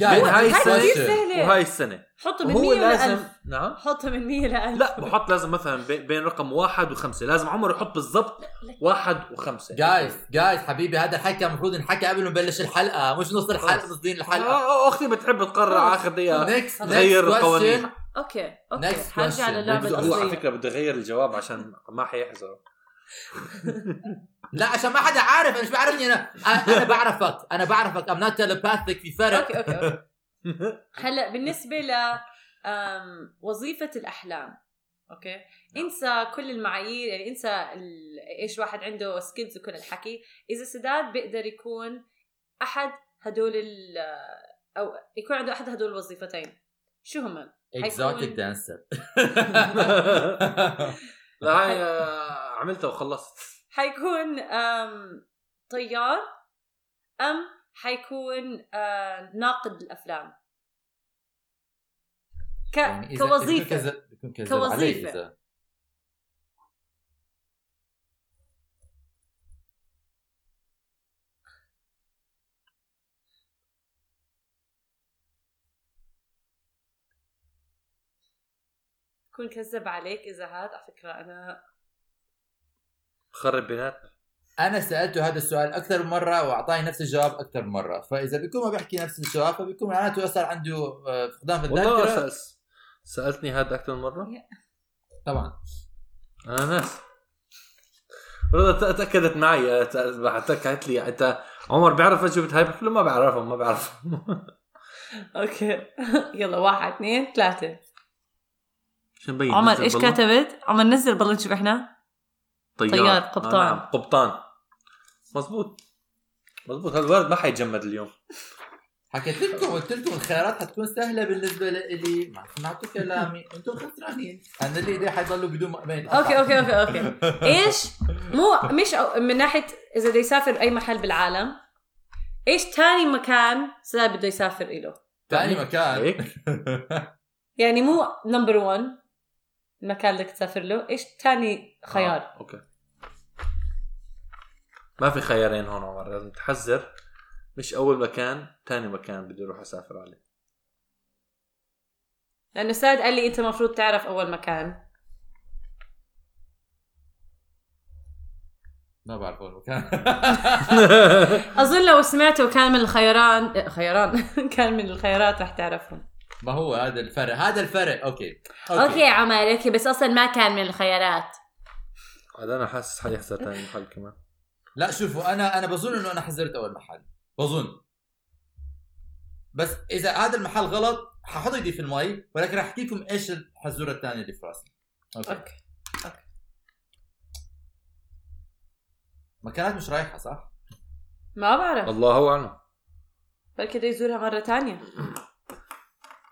Speaker 4: قاعد.
Speaker 3: هاي السنة.
Speaker 2: هاي كثير
Speaker 4: question.
Speaker 2: سهله
Speaker 3: وهاي السنه
Speaker 2: حطه من 100
Speaker 3: وهو
Speaker 2: لازم
Speaker 3: لازم نعم
Speaker 2: حطها من 100 ل 1000
Speaker 3: لا بحط لازم مثلا بي- بين رقم واحد وخمسه لازم عمر يحط بالضبط واحد وخمسه
Speaker 4: جايز جايز حبيبي هذا الحكي المفروض ينحكى قبل ما نبلش الحلقه مش نص الحلقه قصدين الحلقه
Speaker 3: آه، اختي بتحب تقرر اخر
Speaker 2: آه.
Speaker 3: دقيقه
Speaker 4: نكست
Speaker 3: غير القوانين.
Speaker 2: اوكي اوكي
Speaker 4: Next
Speaker 2: حرجع
Speaker 4: question.
Speaker 2: للعبه
Speaker 4: Next-
Speaker 3: هو على
Speaker 2: الاصليه
Speaker 3: فكره بده يغير الجواب عشان ما حيحزر
Speaker 4: لا عشان ما حدا عارف انا مش بعرفني انا انا بعرفك انا بعرفك ام نوت تيليباثيك في فرق
Speaker 2: اوكي اوكي اوكي هلا بالنسبه ل أم، وظيفه الاحلام اوكي انسى كل المعايير يعني انسى ال- ايش واحد عنده سكيلز وكل الحكي اذا سداد بيقدر يكون احد هدول ال او يكون عنده احد هدول الوظيفتين شو هم
Speaker 4: اكزوتيك
Speaker 2: حيكون-
Speaker 4: دانسر
Speaker 3: لا هاي آه، عملتها وخلصت
Speaker 2: حيكون أم طيار ام حيكون آه، ناقد الافلام ك...
Speaker 4: يعني
Speaker 2: كوظيفه كوظيفة.
Speaker 4: كوظيفه
Speaker 2: كون كذب عليك اذا هذا على فكره انا
Speaker 3: خرب بيناتنا
Speaker 4: انا سالته هذا السؤال اكثر من مره واعطاني نفس الجواب اكثر من مره فاذا بيكون ما بيحكي نفس الجواب فبيكون معناته صار عنده آه، فقدان في
Speaker 3: والله
Speaker 4: الذاكره
Speaker 3: سأل- سالتني هذا اكثر من مره
Speaker 4: طبعا
Speaker 3: انا ناس رضا ت- تاكدت معي آه، ت- بعتك قالت لي انت عمر بيعرف اجوبه هاي بحكي له ما بعرفهم ما بعرفهم
Speaker 2: اوكي يلا واحد اثنين ثلاثه
Speaker 3: شو مبين
Speaker 2: عمر
Speaker 3: إيه، نزل
Speaker 2: ايش
Speaker 3: بالله؟
Speaker 2: كتبت؟ عمر نزل بالله نشوف احنا طيار، قبطان.
Speaker 3: آه، نعم قبطان مزبوط مزبوط هالولد ما حيتجمد اليوم
Speaker 4: حكيت لكم قلت لكم الخيارات حتكون سهله بالنسبه لي ما سمعتوا كلامي انتم خسرانين انا اللي ايدي حيضلوا بدون مؤمن
Speaker 2: اوكي اوكي اوكي اوكي ايش مو مش أو- من ناحيه اذا بده يسافر اي محل بالعالم ايش تاني مكان سداد بده يسافر إله
Speaker 4: ثاني مكان
Speaker 3: هيك
Speaker 2: يعني مو نمبر 1 المكان اللي بدك تسافر له ايش تاني خيار
Speaker 3: آه، اوكي ما في خيارين هون عمر لازم تحذر مش اول مكان ثاني مكان بدي اروح اسافر عليه
Speaker 2: لانه سعد قال لي انت المفروض تعرف اول مكان
Speaker 4: ما بعرف وين المكان
Speaker 2: اظن لو سمعته كان من الخيران إيه، خيران كان من الخيارات رح تعرفهم
Speaker 4: ما هو هذا الفرق هذا الفرق اوكي
Speaker 2: اوكي عمر اوكي بس اصلا ما كان من الخيارات
Speaker 3: عاد انا حاسس حيخسر ثاني محل كمان
Speaker 4: لا شوفوا انا انا بظن انه انا حذرت اول محل بظن بس اذا هذا المحل غلط ححط ايدي في المي ولكن رح احكي لكم ايش الحزوره الثانيه اللي في راسي اوكي
Speaker 2: اوكي
Speaker 4: مكانات مش رايحه صح؟
Speaker 2: ما بعرف
Speaker 3: الله اعلم
Speaker 2: بركي بده يزورها مره تانية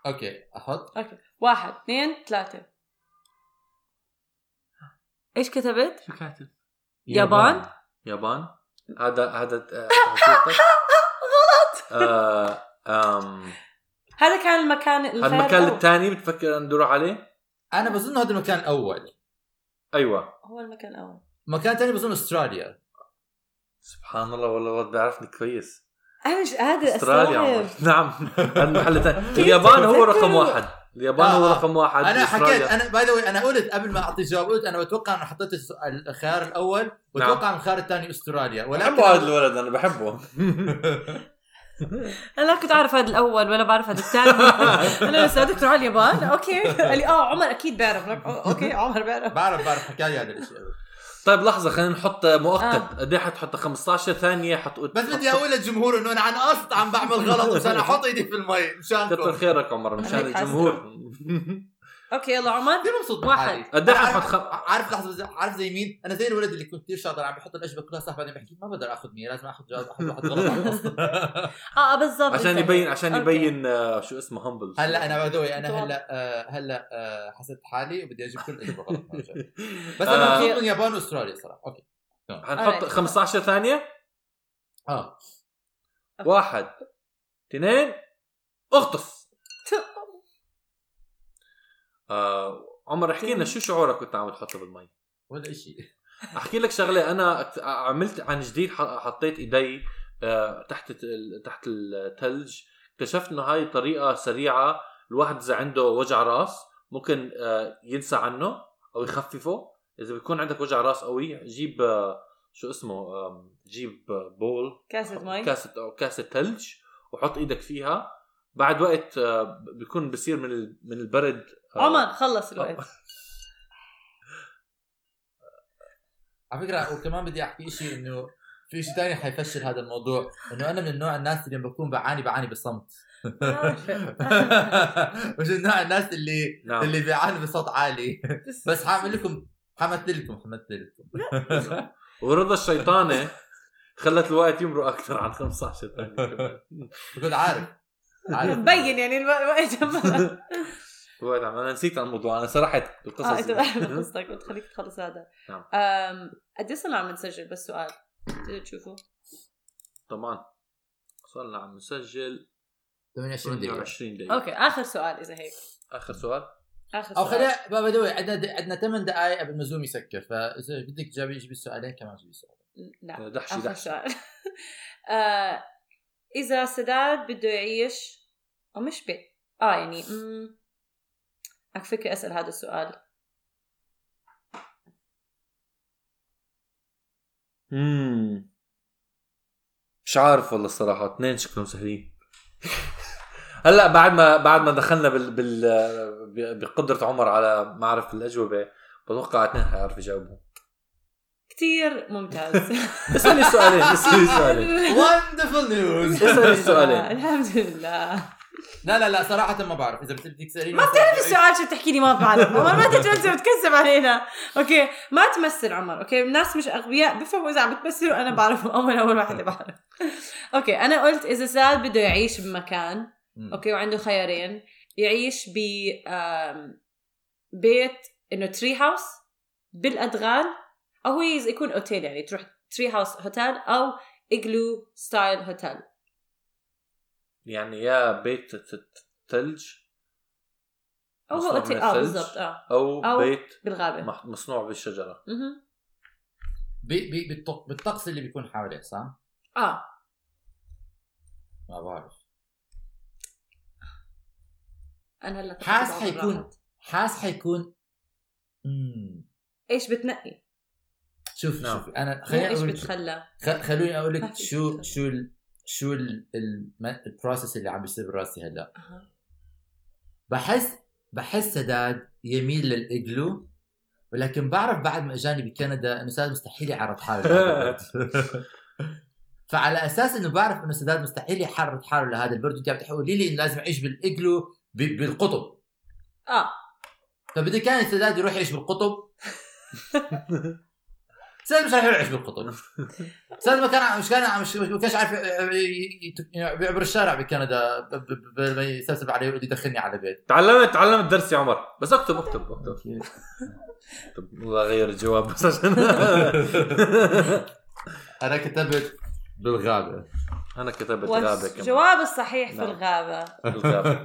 Speaker 4: اوكي احط
Speaker 2: اوكي واحد اثنين ثلاثة ايش كتبت؟
Speaker 3: شو كاتب؟
Speaker 2: يابان؟
Speaker 3: يابان هذا هذا آه، حسيتك؟ آه، آم،
Speaker 2: هذا كان المكان الخيار
Speaker 3: المكان
Speaker 2: الأول.
Speaker 3: الثاني بتفكر ندور عليه؟
Speaker 4: انا بظن هذا المكان الاول
Speaker 3: ايوه
Speaker 2: هو المكان الأول
Speaker 4: مكان ثاني بظن استراليا
Speaker 3: سبحان الله والله الولد بيعرفني كويس
Speaker 2: أنا مش قادر
Speaker 3: استراليا عمر.
Speaker 2: أستوعب
Speaker 3: نعم هذا المحل الثاني اليابان هو رقم واحد اليابان هو
Speaker 4: آه، آه.
Speaker 3: رقم واحد
Speaker 4: انا حكيت
Speaker 3: أستراليا.
Speaker 4: انا باي ذا انا قلت قبل ما اعطي جواب قلت انا بتوقع انه حطيت الس- الخيار الاول واتوقع إنه الخيار الثاني استراليا
Speaker 3: بحبه هذا
Speaker 4: ولكن
Speaker 3: الولد انا بحبه
Speaker 2: أنا لا كنت أعرف هذا الأول ولا بعرف هذا الثاني أنا لسه بدك تروح على اليابان أوكي قال لي آه عمر أكيد بيعرف لك أو- أوكي عمر بيعرف
Speaker 4: بعرف بعرف حكاية هذا الشيء
Speaker 3: طيب لحظه خلينا نحط مؤقت
Speaker 2: آه.
Speaker 3: قد ايه حتحط 15 ثانيه حتقول
Speaker 4: بس بدي اقول للجمهور انه انا عن قصد عم بعمل غلط مشان احط ايدي في المي
Speaker 3: كتر
Speaker 4: مشانكم
Speaker 3: خيرك عمر مشان
Speaker 2: هيك حاسة.
Speaker 3: الجمهور
Speaker 2: أوكي يلا عمر
Speaker 4: كثير مبسوط
Speaker 2: واحد.
Speaker 4: بحالي
Speaker 3: قد ايه
Speaker 4: عارف-
Speaker 3: حتحط خم...
Speaker 4: عارف لحظه زي- عارف زي مين؟ انا زي الولد اللي كنت كثير شاطر عم بحط الاجوبه كلها صح بعدين بحكي ما بقدر اخذ مية لازم اخذ جواب اخذ واحد غلط عن قصد
Speaker 2: آه آه، بالضبط
Speaker 3: عشان
Speaker 2: أنت.
Speaker 3: يبين عشان
Speaker 2: أوكي.
Speaker 3: يبين آه، شو اسمه همبل
Speaker 4: هلا انا بدوي انا
Speaker 2: طبعاً.
Speaker 4: هلا آه، هلا آه، حسيت حالي وبدي اجيب كل الاجوبه غلط ما بجاوب. بس
Speaker 3: بس
Speaker 4: انا
Speaker 2: آه.
Speaker 4: مبسوط من يابان واستراليا صراحه اوكي
Speaker 3: حنحط
Speaker 2: Alright.
Speaker 3: 15 ثانيه
Speaker 4: اه
Speaker 2: أوكي.
Speaker 3: واحد اثنين اغطس آه عمر احكي لنا شو شعورك وانت عم تحطه بالمي
Speaker 4: ولا شيء
Speaker 3: احكي لك شغله انا أكت- عملت عن جديد ح- حطيت ايدي آه، تحت ال- تحت الثلج اكتشفت انه هاي طريقه سريعه الواحد اذا عنده وجع راس ممكن آه، ينسى عنه او يخففه اذا بيكون عندك وجع راس قوي جيب آه، شو اسمه آم، جيب آه، بول
Speaker 2: كاسة مي
Speaker 3: كاسة أو كاسة ثلج وحط ايدك فيها بعد وقت آه، بيكون بصير من ال- من البرد آه،
Speaker 2: عمر خلص الوقت
Speaker 4: على فكره وكمان بدي احكي شيء انه في شيء ثاني حيفشل هذا الموضوع انه انا من نوع الناس اللي لما بكون بعاني بعاني بصمت
Speaker 3: آه.
Speaker 4: وجمناع الناس اللي
Speaker 3: نعم.
Speaker 4: اللي بيعانوا بصوت عالي بس حاعمل لكم حمثلكم حمثلكم
Speaker 3: ورضا الشيطانه خلت الوقت يمرق اكثر عن 15 ثانيه كمان.
Speaker 4: بكون عارف عارف
Speaker 2: مبين يعني الوقت
Speaker 3: الوقت عم انا نسيت عن الموضوع انا سرحت
Speaker 2: اه
Speaker 3: بالقصص
Speaker 2: انت بعرف قصتك بتخليك تخلص هذا
Speaker 3: نعم.
Speaker 2: أم، قد ايه صرنا عم نسجل بس سؤال تقدر تشوفوا
Speaker 3: طبعا صرنا عم نسجل
Speaker 4: 28 دقيقة
Speaker 3: 28 دقيقه
Speaker 2: اوكي اخر سؤال اذا هيك
Speaker 3: اخر سؤال
Speaker 2: اخر
Speaker 4: او
Speaker 2: سؤال
Speaker 4: خلينا باي ذا عندنا عندنا 8 دقائق قبل ما زوم يسكر فاذا بدك تجاوبي جيبي السؤالين كمان جيبي السؤال
Speaker 2: لا
Speaker 3: دحشي
Speaker 2: اخر
Speaker 3: دحشي
Speaker 2: سؤال آه، اذا سداد بده يعيش او مش بي اه يعني امم على فكره اسال هذا السؤال
Speaker 3: مم. مش عارف والله الصراحه اثنين شكلهم سهلين هلا بعد ما بعد ما دخلنا بال بال ب- بقدره عمر على معرف الاجوبه بتوقع اثنين حيعرف يجاوبهم
Speaker 2: كتير ممتاز
Speaker 3: اسالني سؤالين اسالني سؤالين
Speaker 4: وندفل نيوز
Speaker 3: اسالني سؤالين
Speaker 2: الحمد لله
Speaker 4: لا لا لا صراحة ما بعرف إذا بدك تسأليني
Speaker 2: ما بتعرف السؤال شو بتحكي لي ما بعرف عمر ما تتمثل بتكذب علينا اوكي ما تمثل عمر اوكي الناس مش اغبياء بفهموا اذا عم بتمثلوا انا بعرفهم اول اول واحده بعرف اوكي انا قلت اذا سال بده يعيش بمكان
Speaker 4: أوكي
Speaker 2: اوكي وعنده خيارين يعيش ب آم، بيت انه تري هاوس بالادغال او هو يز- يكون اوتيل يعني تروح تري هاوس هوتيل او اجلو ستايل هوتيل
Speaker 3: يعني يا بيت ت- ثلج
Speaker 2: او هو
Speaker 3: مصنوع من
Speaker 2: اوتيل اه
Speaker 3: الثلج
Speaker 2: بالضبط اه
Speaker 3: او,
Speaker 2: أو-
Speaker 3: بيت
Speaker 2: بالغابه
Speaker 3: مح- مصنوع بالشجره
Speaker 2: مهم.
Speaker 4: بالطقس اللي بيكون حواليه صح؟
Speaker 2: اه
Speaker 4: ما بعرف
Speaker 2: انا هلا تحت
Speaker 4: حاس
Speaker 2: بعض
Speaker 4: حيكون-
Speaker 2: الراحة.
Speaker 4: حاس حيكون مم.
Speaker 2: ايش بتنقي؟
Speaker 4: شوف
Speaker 3: نعم.
Speaker 4: شوف انا
Speaker 2: مو
Speaker 4: خليني
Speaker 2: ايش
Speaker 4: أقول-
Speaker 2: بتخلى؟
Speaker 4: خ- خلوني اقول
Speaker 2: ما
Speaker 4: لك
Speaker 2: في
Speaker 4: شو
Speaker 2: شيء.
Speaker 4: شو ال شو البروسيس اللي عم بيصير براسي هلا
Speaker 2: أها.
Speaker 4: بحس بحس سداد يميل للاجلو ولكن بعرف بعد ما اجاني بكندا انه سداد مستحيل يعرض حاله لهذا البرد. فعلى اساس انه بعرف انه سداد مستحيل يعرض حاله لهذا البرد انت عم تقولي لي انه لازم اعيش بالاجلو ب- بالقطب
Speaker 2: اه
Speaker 4: فبده كان سداد يروح يعيش بالقطب سداد مش عارف يعيش بالقطب سداد ما كان مش كان مش ما كانش عارف ي- ي- يعبر الشارع بكندا ب- ب- ب- ما يسبسب علي ويقول يدخلني على بيت
Speaker 3: تعلمت تعلمت درس يا عمر بس اكتب اكتب اكتب طب والله غير الجواب بس عشان
Speaker 4: انا كتبت بالغابه
Speaker 3: انا كتبت غابه كمان
Speaker 2: والجواب الصحيح في
Speaker 3: نعم.
Speaker 2: الغابه
Speaker 3: الغابه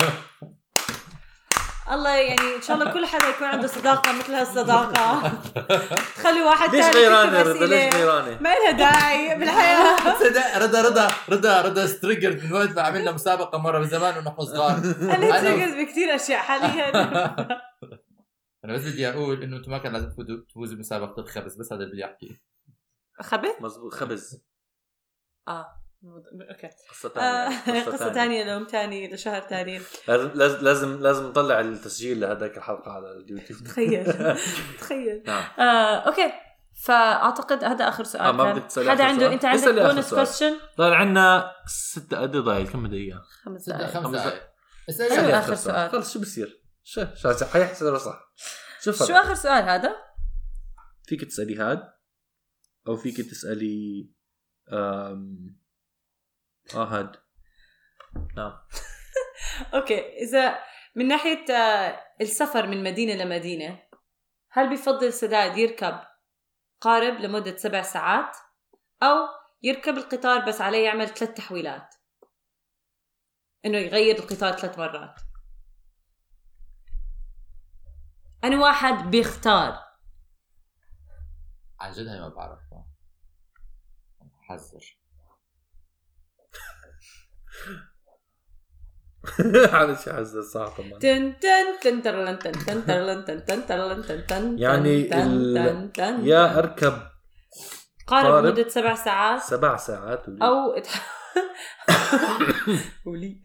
Speaker 2: الله يعني ان شاء الله كل حدا يكون عنده صداقه مثل هالصداقه تخلي واحد
Speaker 3: ليش
Speaker 2: تاني
Speaker 3: غيرانه يا
Speaker 2: يكتب
Speaker 3: رضا ليش
Speaker 2: أسئلة.
Speaker 3: غيرانه
Speaker 2: ما لها داعي بالحياه
Speaker 4: صدق رضا رضا رضا رضا ستريجرد من وقت ما عملنا مسابقه مره من زمان ونحن صغار
Speaker 2: انا تركز بكثير اشياء حاليا
Speaker 4: انا بس بدي اقول انه انتم ما كان لازم تفوزوا تفوزوا بمسابقه الخبز بس هذا اللي بدي احكيه
Speaker 2: خبث؟
Speaker 3: مزبوط خبز
Speaker 2: اه اوكي
Speaker 3: قصه
Speaker 2: آه،
Speaker 3: ثانيه
Speaker 2: قصه ثانيه ليوم ثاني لشهر ثاني
Speaker 3: لازم لازم- لازم لازم نطلع التسجيل لهذاك الحلقه على اليوتيوب
Speaker 2: تخيل تخيل
Speaker 3: نعم
Speaker 2: آه، اوكي فاعتقد هذا اخر
Speaker 3: آه،
Speaker 2: سؤال
Speaker 3: ما
Speaker 2: كان
Speaker 3: بدك تسألي
Speaker 2: حدا
Speaker 3: آخر
Speaker 2: عنده
Speaker 3: سؤال؟
Speaker 2: انت عندك
Speaker 3: اسألي آخر
Speaker 2: بونس
Speaker 3: سؤال.
Speaker 2: كويشن
Speaker 3: طلع عندنا ست قد ضايل كم دقيقه
Speaker 2: خمس
Speaker 4: صدق،
Speaker 2: دقائق
Speaker 4: خمس دقائق
Speaker 2: حلو،
Speaker 4: اسالي
Speaker 3: اسألي
Speaker 2: آخر سؤال.
Speaker 3: خلص شو بصير شو شو حيحصل صح شو
Speaker 2: شو
Speaker 3: فرق
Speaker 2: اخر سؤال هذا؟
Speaker 3: فيك تسالي هاد او فيك تسالي أم... اه هاد نعم
Speaker 2: اوكي اذا من ناحيه آه، السفر من مدينه لمدينه هل بفضل سداد يركب قارب لمده سبع ساعات او يركب القطار بس عليه يعمل ثلاث تحويلات انه يغير القطار ثلاث مرات انا واحد بيختار
Speaker 4: عن جد هي ما بعرفها حذر
Speaker 3: على شي حزة صعب طبعا
Speaker 2: تن تن تن ترلن تن تن ترلن تن تن ترلن تن تن
Speaker 3: يعني
Speaker 2: تن تن
Speaker 3: ال-
Speaker 2: تن تن.
Speaker 3: يا اركب
Speaker 2: قارب
Speaker 3: قارب.
Speaker 2: لمده سبع ساعات
Speaker 3: سبع ساعات ولي-
Speaker 2: او ولي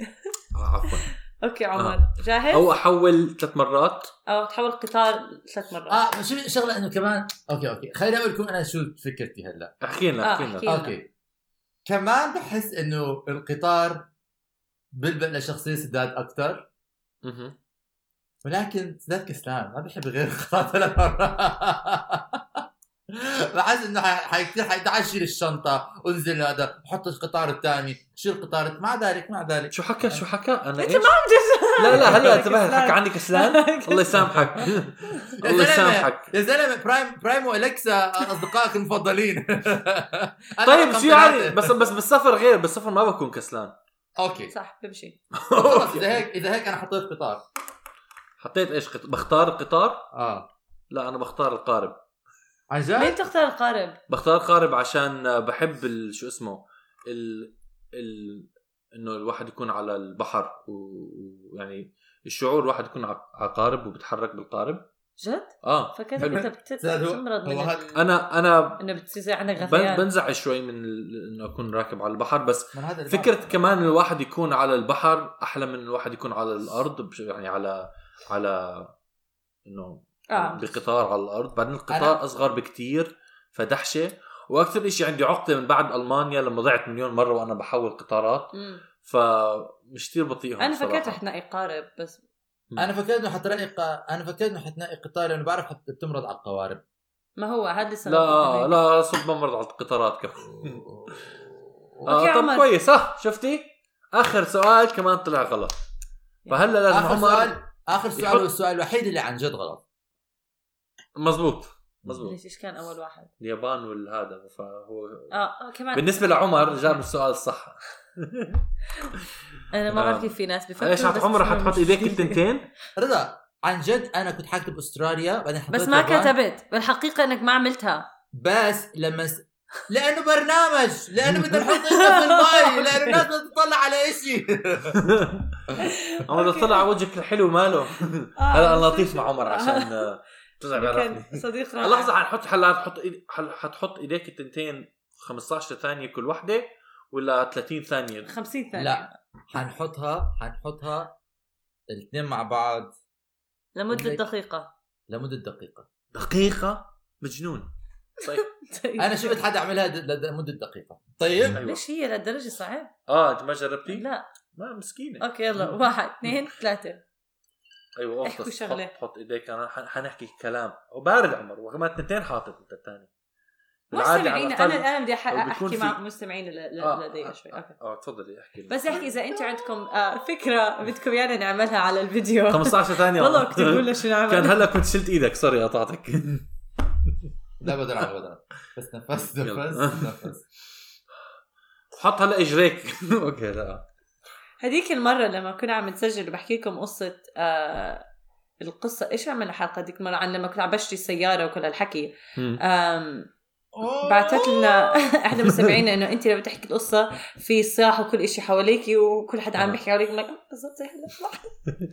Speaker 3: آه، عفوا
Speaker 2: اوكي عمر
Speaker 3: آه.
Speaker 2: جاهز
Speaker 3: او احول ثلاث مرات
Speaker 2: او تحول قطار ثلاث مرات
Speaker 3: آه.
Speaker 4: اه بس شو شغله انه كمان اوكي اوكي خليني اقول لكم انا شو فكرتي هلا
Speaker 3: احكي لنا
Speaker 2: آه،
Speaker 3: احكي لنا
Speaker 2: احكي. يلا.
Speaker 4: اوكي كمان بحس انه القطار بلبق لشخصيه سداد اكثر
Speaker 3: مهم.
Speaker 4: ولكن سداد كسلان ما بحب غير خطوات ثلاث مرات بحس انه حي- حي كثير حيتعال شيل الشنطه انزل هذا حط القطار الثاني شيل القطار الت- مع ذلك مع ذلك
Speaker 3: شو حكى شو حكى انا
Speaker 2: أنت
Speaker 3: ايش لا لا هلا انتبهت حكى عني كسلان الله يسامحك
Speaker 4: يا
Speaker 3: الله
Speaker 4: زلمة-
Speaker 3: يسامحك
Speaker 4: يا زلمه برايم برايم والكسا اصدقائك المفضلين أنا
Speaker 3: طيب
Speaker 4: رقم
Speaker 3: شو يعني
Speaker 4: ثلاثة.
Speaker 3: بس بس بالسفر غير بالسفر ما بكون كسلان
Speaker 4: اوكي
Speaker 2: صح بمشي
Speaker 4: خلص اذا هيك اذا هيك انا حطيت قطار
Speaker 3: حطيت ايش قط... بختار القطار
Speaker 4: اه
Speaker 3: لا انا بختار القارب
Speaker 4: عن
Speaker 2: ليه
Speaker 4: جد؟
Speaker 2: تختار القارب؟
Speaker 3: بختار قارب عشان بحب ال... شو اسمه ال... ال... انه الواحد يكون على البحر و- ويعني الشعور الواحد يكون ع- على قارب وبتحرك بالقارب
Speaker 2: جد؟
Speaker 3: اه
Speaker 2: فكرت
Speaker 3: حلو.
Speaker 2: انت بت-
Speaker 4: زاد هو-
Speaker 2: بتمرض من
Speaker 4: هو هاد-
Speaker 2: ال-
Speaker 3: انا انا
Speaker 2: انه بتصير عندك
Speaker 3: بن-
Speaker 2: غثيان
Speaker 3: بنزعج شوي من ال- انه اكون راكب على البحر بس
Speaker 4: من هذا الباب.
Speaker 3: فكرة كمان الواحد يكون على البحر أحلى من الواحد يكون على الأرض بش- يعني على على إنه
Speaker 2: آه.
Speaker 3: بقطار على الأرض بعدين القطار
Speaker 4: أنا-
Speaker 3: أصغر بكتير فدحشة وأكثر إشي عندي عقدة من بعد ألمانيا لما ضعت مليون مرة وأنا بحول قطارات
Speaker 2: مم.
Speaker 3: فمش كتير بطيئهم
Speaker 2: انا فكرت
Speaker 3: صراحة.
Speaker 2: رح نقي قارب بس
Speaker 4: انا فكرت انه حتلاقي ق- انا فكرت انه حتلاقي قطار لانه بعرف حت- بتمرض على القوارب
Speaker 2: ما هو هذا لسه
Speaker 3: لا لا صرت بمرض على القطارات كمان
Speaker 2: أوكي
Speaker 3: آه طب
Speaker 2: عمر.
Speaker 3: كويس ها شفتي آخر سؤال كمان طلع غلط
Speaker 2: يعني
Speaker 3: فهلا لازم
Speaker 4: اخر
Speaker 3: عمر
Speaker 4: سؤال اخر سؤال
Speaker 3: يحط-
Speaker 4: والسؤال الوحيد اللي عن جد غلط
Speaker 3: مزبوط مزبوط
Speaker 2: ليش ايش كان اول واحد؟
Speaker 3: اليابان والهذا فهو
Speaker 2: اه آه، كمان
Speaker 3: بالنسبه لعمر جاب السؤال الصح
Speaker 2: انا ما
Speaker 3: آه.
Speaker 2: بعرف كيف في ناس بفكروا
Speaker 3: ايش
Speaker 2: بس
Speaker 3: عمر
Speaker 2: بصيروا
Speaker 3: حتحط ايديك
Speaker 2: مش-
Speaker 3: التنتين
Speaker 4: رضا عن جد انا كنت حاكتب استراليا بعدين حطيت
Speaker 2: بس ما
Speaker 3: طيب،
Speaker 4: اليابان.
Speaker 2: كتبت بالحقيقه انك ما عملتها
Speaker 4: بس لما س... لانه برنامج لانه بدنا نحط إيدنا في الماي لانه الناس بدها تطلع على إشي
Speaker 3: عمر طلع وجهك الحلو ماله
Speaker 2: آه،
Speaker 3: هلا انا لطيف مع عمر عشان آه، طلع بيعرفني
Speaker 2: كان صديق رائع
Speaker 3: لحظه حنحط هلا حتحط إيد- حل- حتحط ايديك التنتين 15 ثانيه كل وحده ولا 30 ثانيه
Speaker 2: 50 ثانيه
Speaker 4: لا حنحطها حنحطها الاثنين مع بعض
Speaker 2: لمده
Speaker 4: هيك.
Speaker 2: دقيقه
Speaker 4: لمده دقيقه
Speaker 3: دقيقه مجنون طيب
Speaker 4: انا شفت حدا عملها د- لد- لمده دقيقه طيب
Speaker 3: أيوة.
Speaker 2: ليش هي لهالدرجه صعب؟
Speaker 3: اه انت ما جربتي؟
Speaker 2: لا
Speaker 3: ما مسكينه
Speaker 2: اوكي يلا واحد اثنين ثلاثه
Speaker 3: ايوه
Speaker 2: احكوا
Speaker 3: افطس
Speaker 2: شغلة.
Speaker 3: حط, حط ايديك انا حن- حنحكي كلام وبارد عمر وما تنتين حاطط انت الثاني
Speaker 2: مستمعين انا انا بدي أح-
Speaker 3: أو بتكون
Speaker 2: احكي
Speaker 3: في-
Speaker 2: مع مستمعين ل-
Speaker 3: آه،
Speaker 2: ل- لدي شوي اوكي
Speaker 3: اه تفضلي احكي
Speaker 2: بس احكي اذا انتم عندكم آه، فكره بدكم يانا نعملها على الفيديو
Speaker 3: 15 ثانيه
Speaker 2: والله
Speaker 3: عمر.
Speaker 2: اكتبوا لنا شو
Speaker 3: كان
Speaker 2: نعمل
Speaker 3: هلا كنت شلت ايدك سوري قطعتك
Speaker 4: لا ابدا ابدا بس نفس نفس
Speaker 3: يلا.
Speaker 4: نفس
Speaker 3: حط هلا اجريك اوكي لا
Speaker 2: هذيك المره لما كنا عم نسجل وبحكي لكم قصه آه القصه ايش عملنا حلقه هذيك المره عن لما كنت عم بشتري سياره وكل هالحكي
Speaker 3: مم.
Speaker 2: آم، بعثت لنا احدى مستمعينا انه انت لما بتحكي القصه في صياح وكل شيء حواليكي وكل حد
Speaker 3: آه.
Speaker 2: عم بيحكي حواليك لك "آه، بالضبط زي هلا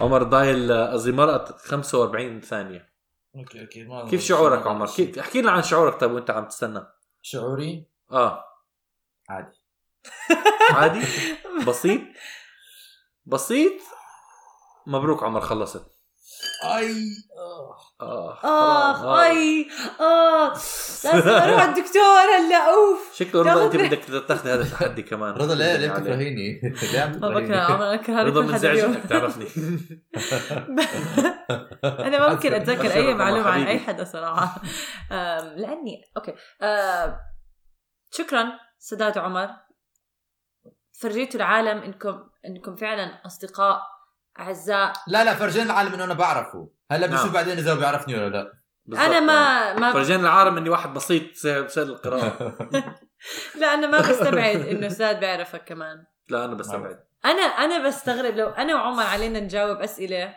Speaker 3: عمر ضايل آه، قصدي مرقت 45 ثانيه
Speaker 4: اوكي اوكي ما-
Speaker 2: آه،
Speaker 3: كيف شعورك عمر؟ كيف احكي لنا عن شعورك طيب وانت عم تستنى
Speaker 4: شعوري
Speaker 3: اه
Speaker 4: عادي
Speaker 3: عادي بسيط بسيط مبروك عمر خلصت
Speaker 4: اي آه.
Speaker 3: آه
Speaker 2: اخ
Speaker 3: حرام. آه.
Speaker 2: اي اه لازم اروح على الدكتور هلا اوف
Speaker 3: شكله رضا انت
Speaker 2: تاخذ-
Speaker 3: بدك تاخذ هذا التحدي كمان
Speaker 4: رضا ليه ليه
Speaker 3: عليك.
Speaker 4: بتكرهيني؟ ليه عم
Speaker 2: ما بكره
Speaker 4: تكرهيني؟
Speaker 2: عمر انا كل هذا
Speaker 3: طيب. رضا
Speaker 2: كل حدا
Speaker 3: منزعج
Speaker 2: اليوم
Speaker 3: انك تعرفني
Speaker 2: انا ما ممكن
Speaker 4: أسف.
Speaker 2: اتذكر
Speaker 3: أسف
Speaker 2: اي
Speaker 3: رقم
Speaker 2: معلومه عن
Speaker 3: حبيبي.
Speaker 2: اي حدا صراحه أم، لاني اوكي أم، شكرا سداد وعمر فرجيتوا العالم انكم انكم فعلا اصدقاء اعزاء
Speaker 4: لا لا فرجينا العالم انه انا بعرفه هلا
Speaker 3: نعم.
Speaker 4: بنشوف بعدين اذا هو بيعرفني ولا لا
Speaker 3: بالضبط.
Speaker 2: انا ما ما
Speaker 3: فرجينا العالم اني واحد بسيط سهل سهل القراءه
Speaker 2: لا انا ما بستبعد انه سداد بيعرفك كمان
Speaker 3: لا انا بستبعد
Speaker 2: انا انا بستغرب لو انا وعمر علينا نجاوب اسئله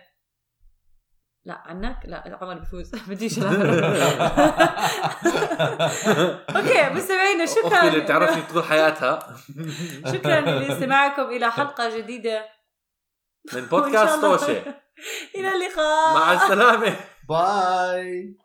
Speaker 2: لا عنك لا عمر بفوز بديش لا اوكي مستمعينا شكرا
Speaker 3: اختي اللي بتعرفني طول حياتها
Speaker 2: شكرا لاستماعكم الى حلقه جديده
Speaker 3: من
Speaker 2: وإن شاء
Speaker 3: بودكاست
Speaker 2: الله-
Speaker 3: توشه
Speaker 2: الى اللقاء
Speaker 3: مع السلامه
Speaker 4: باي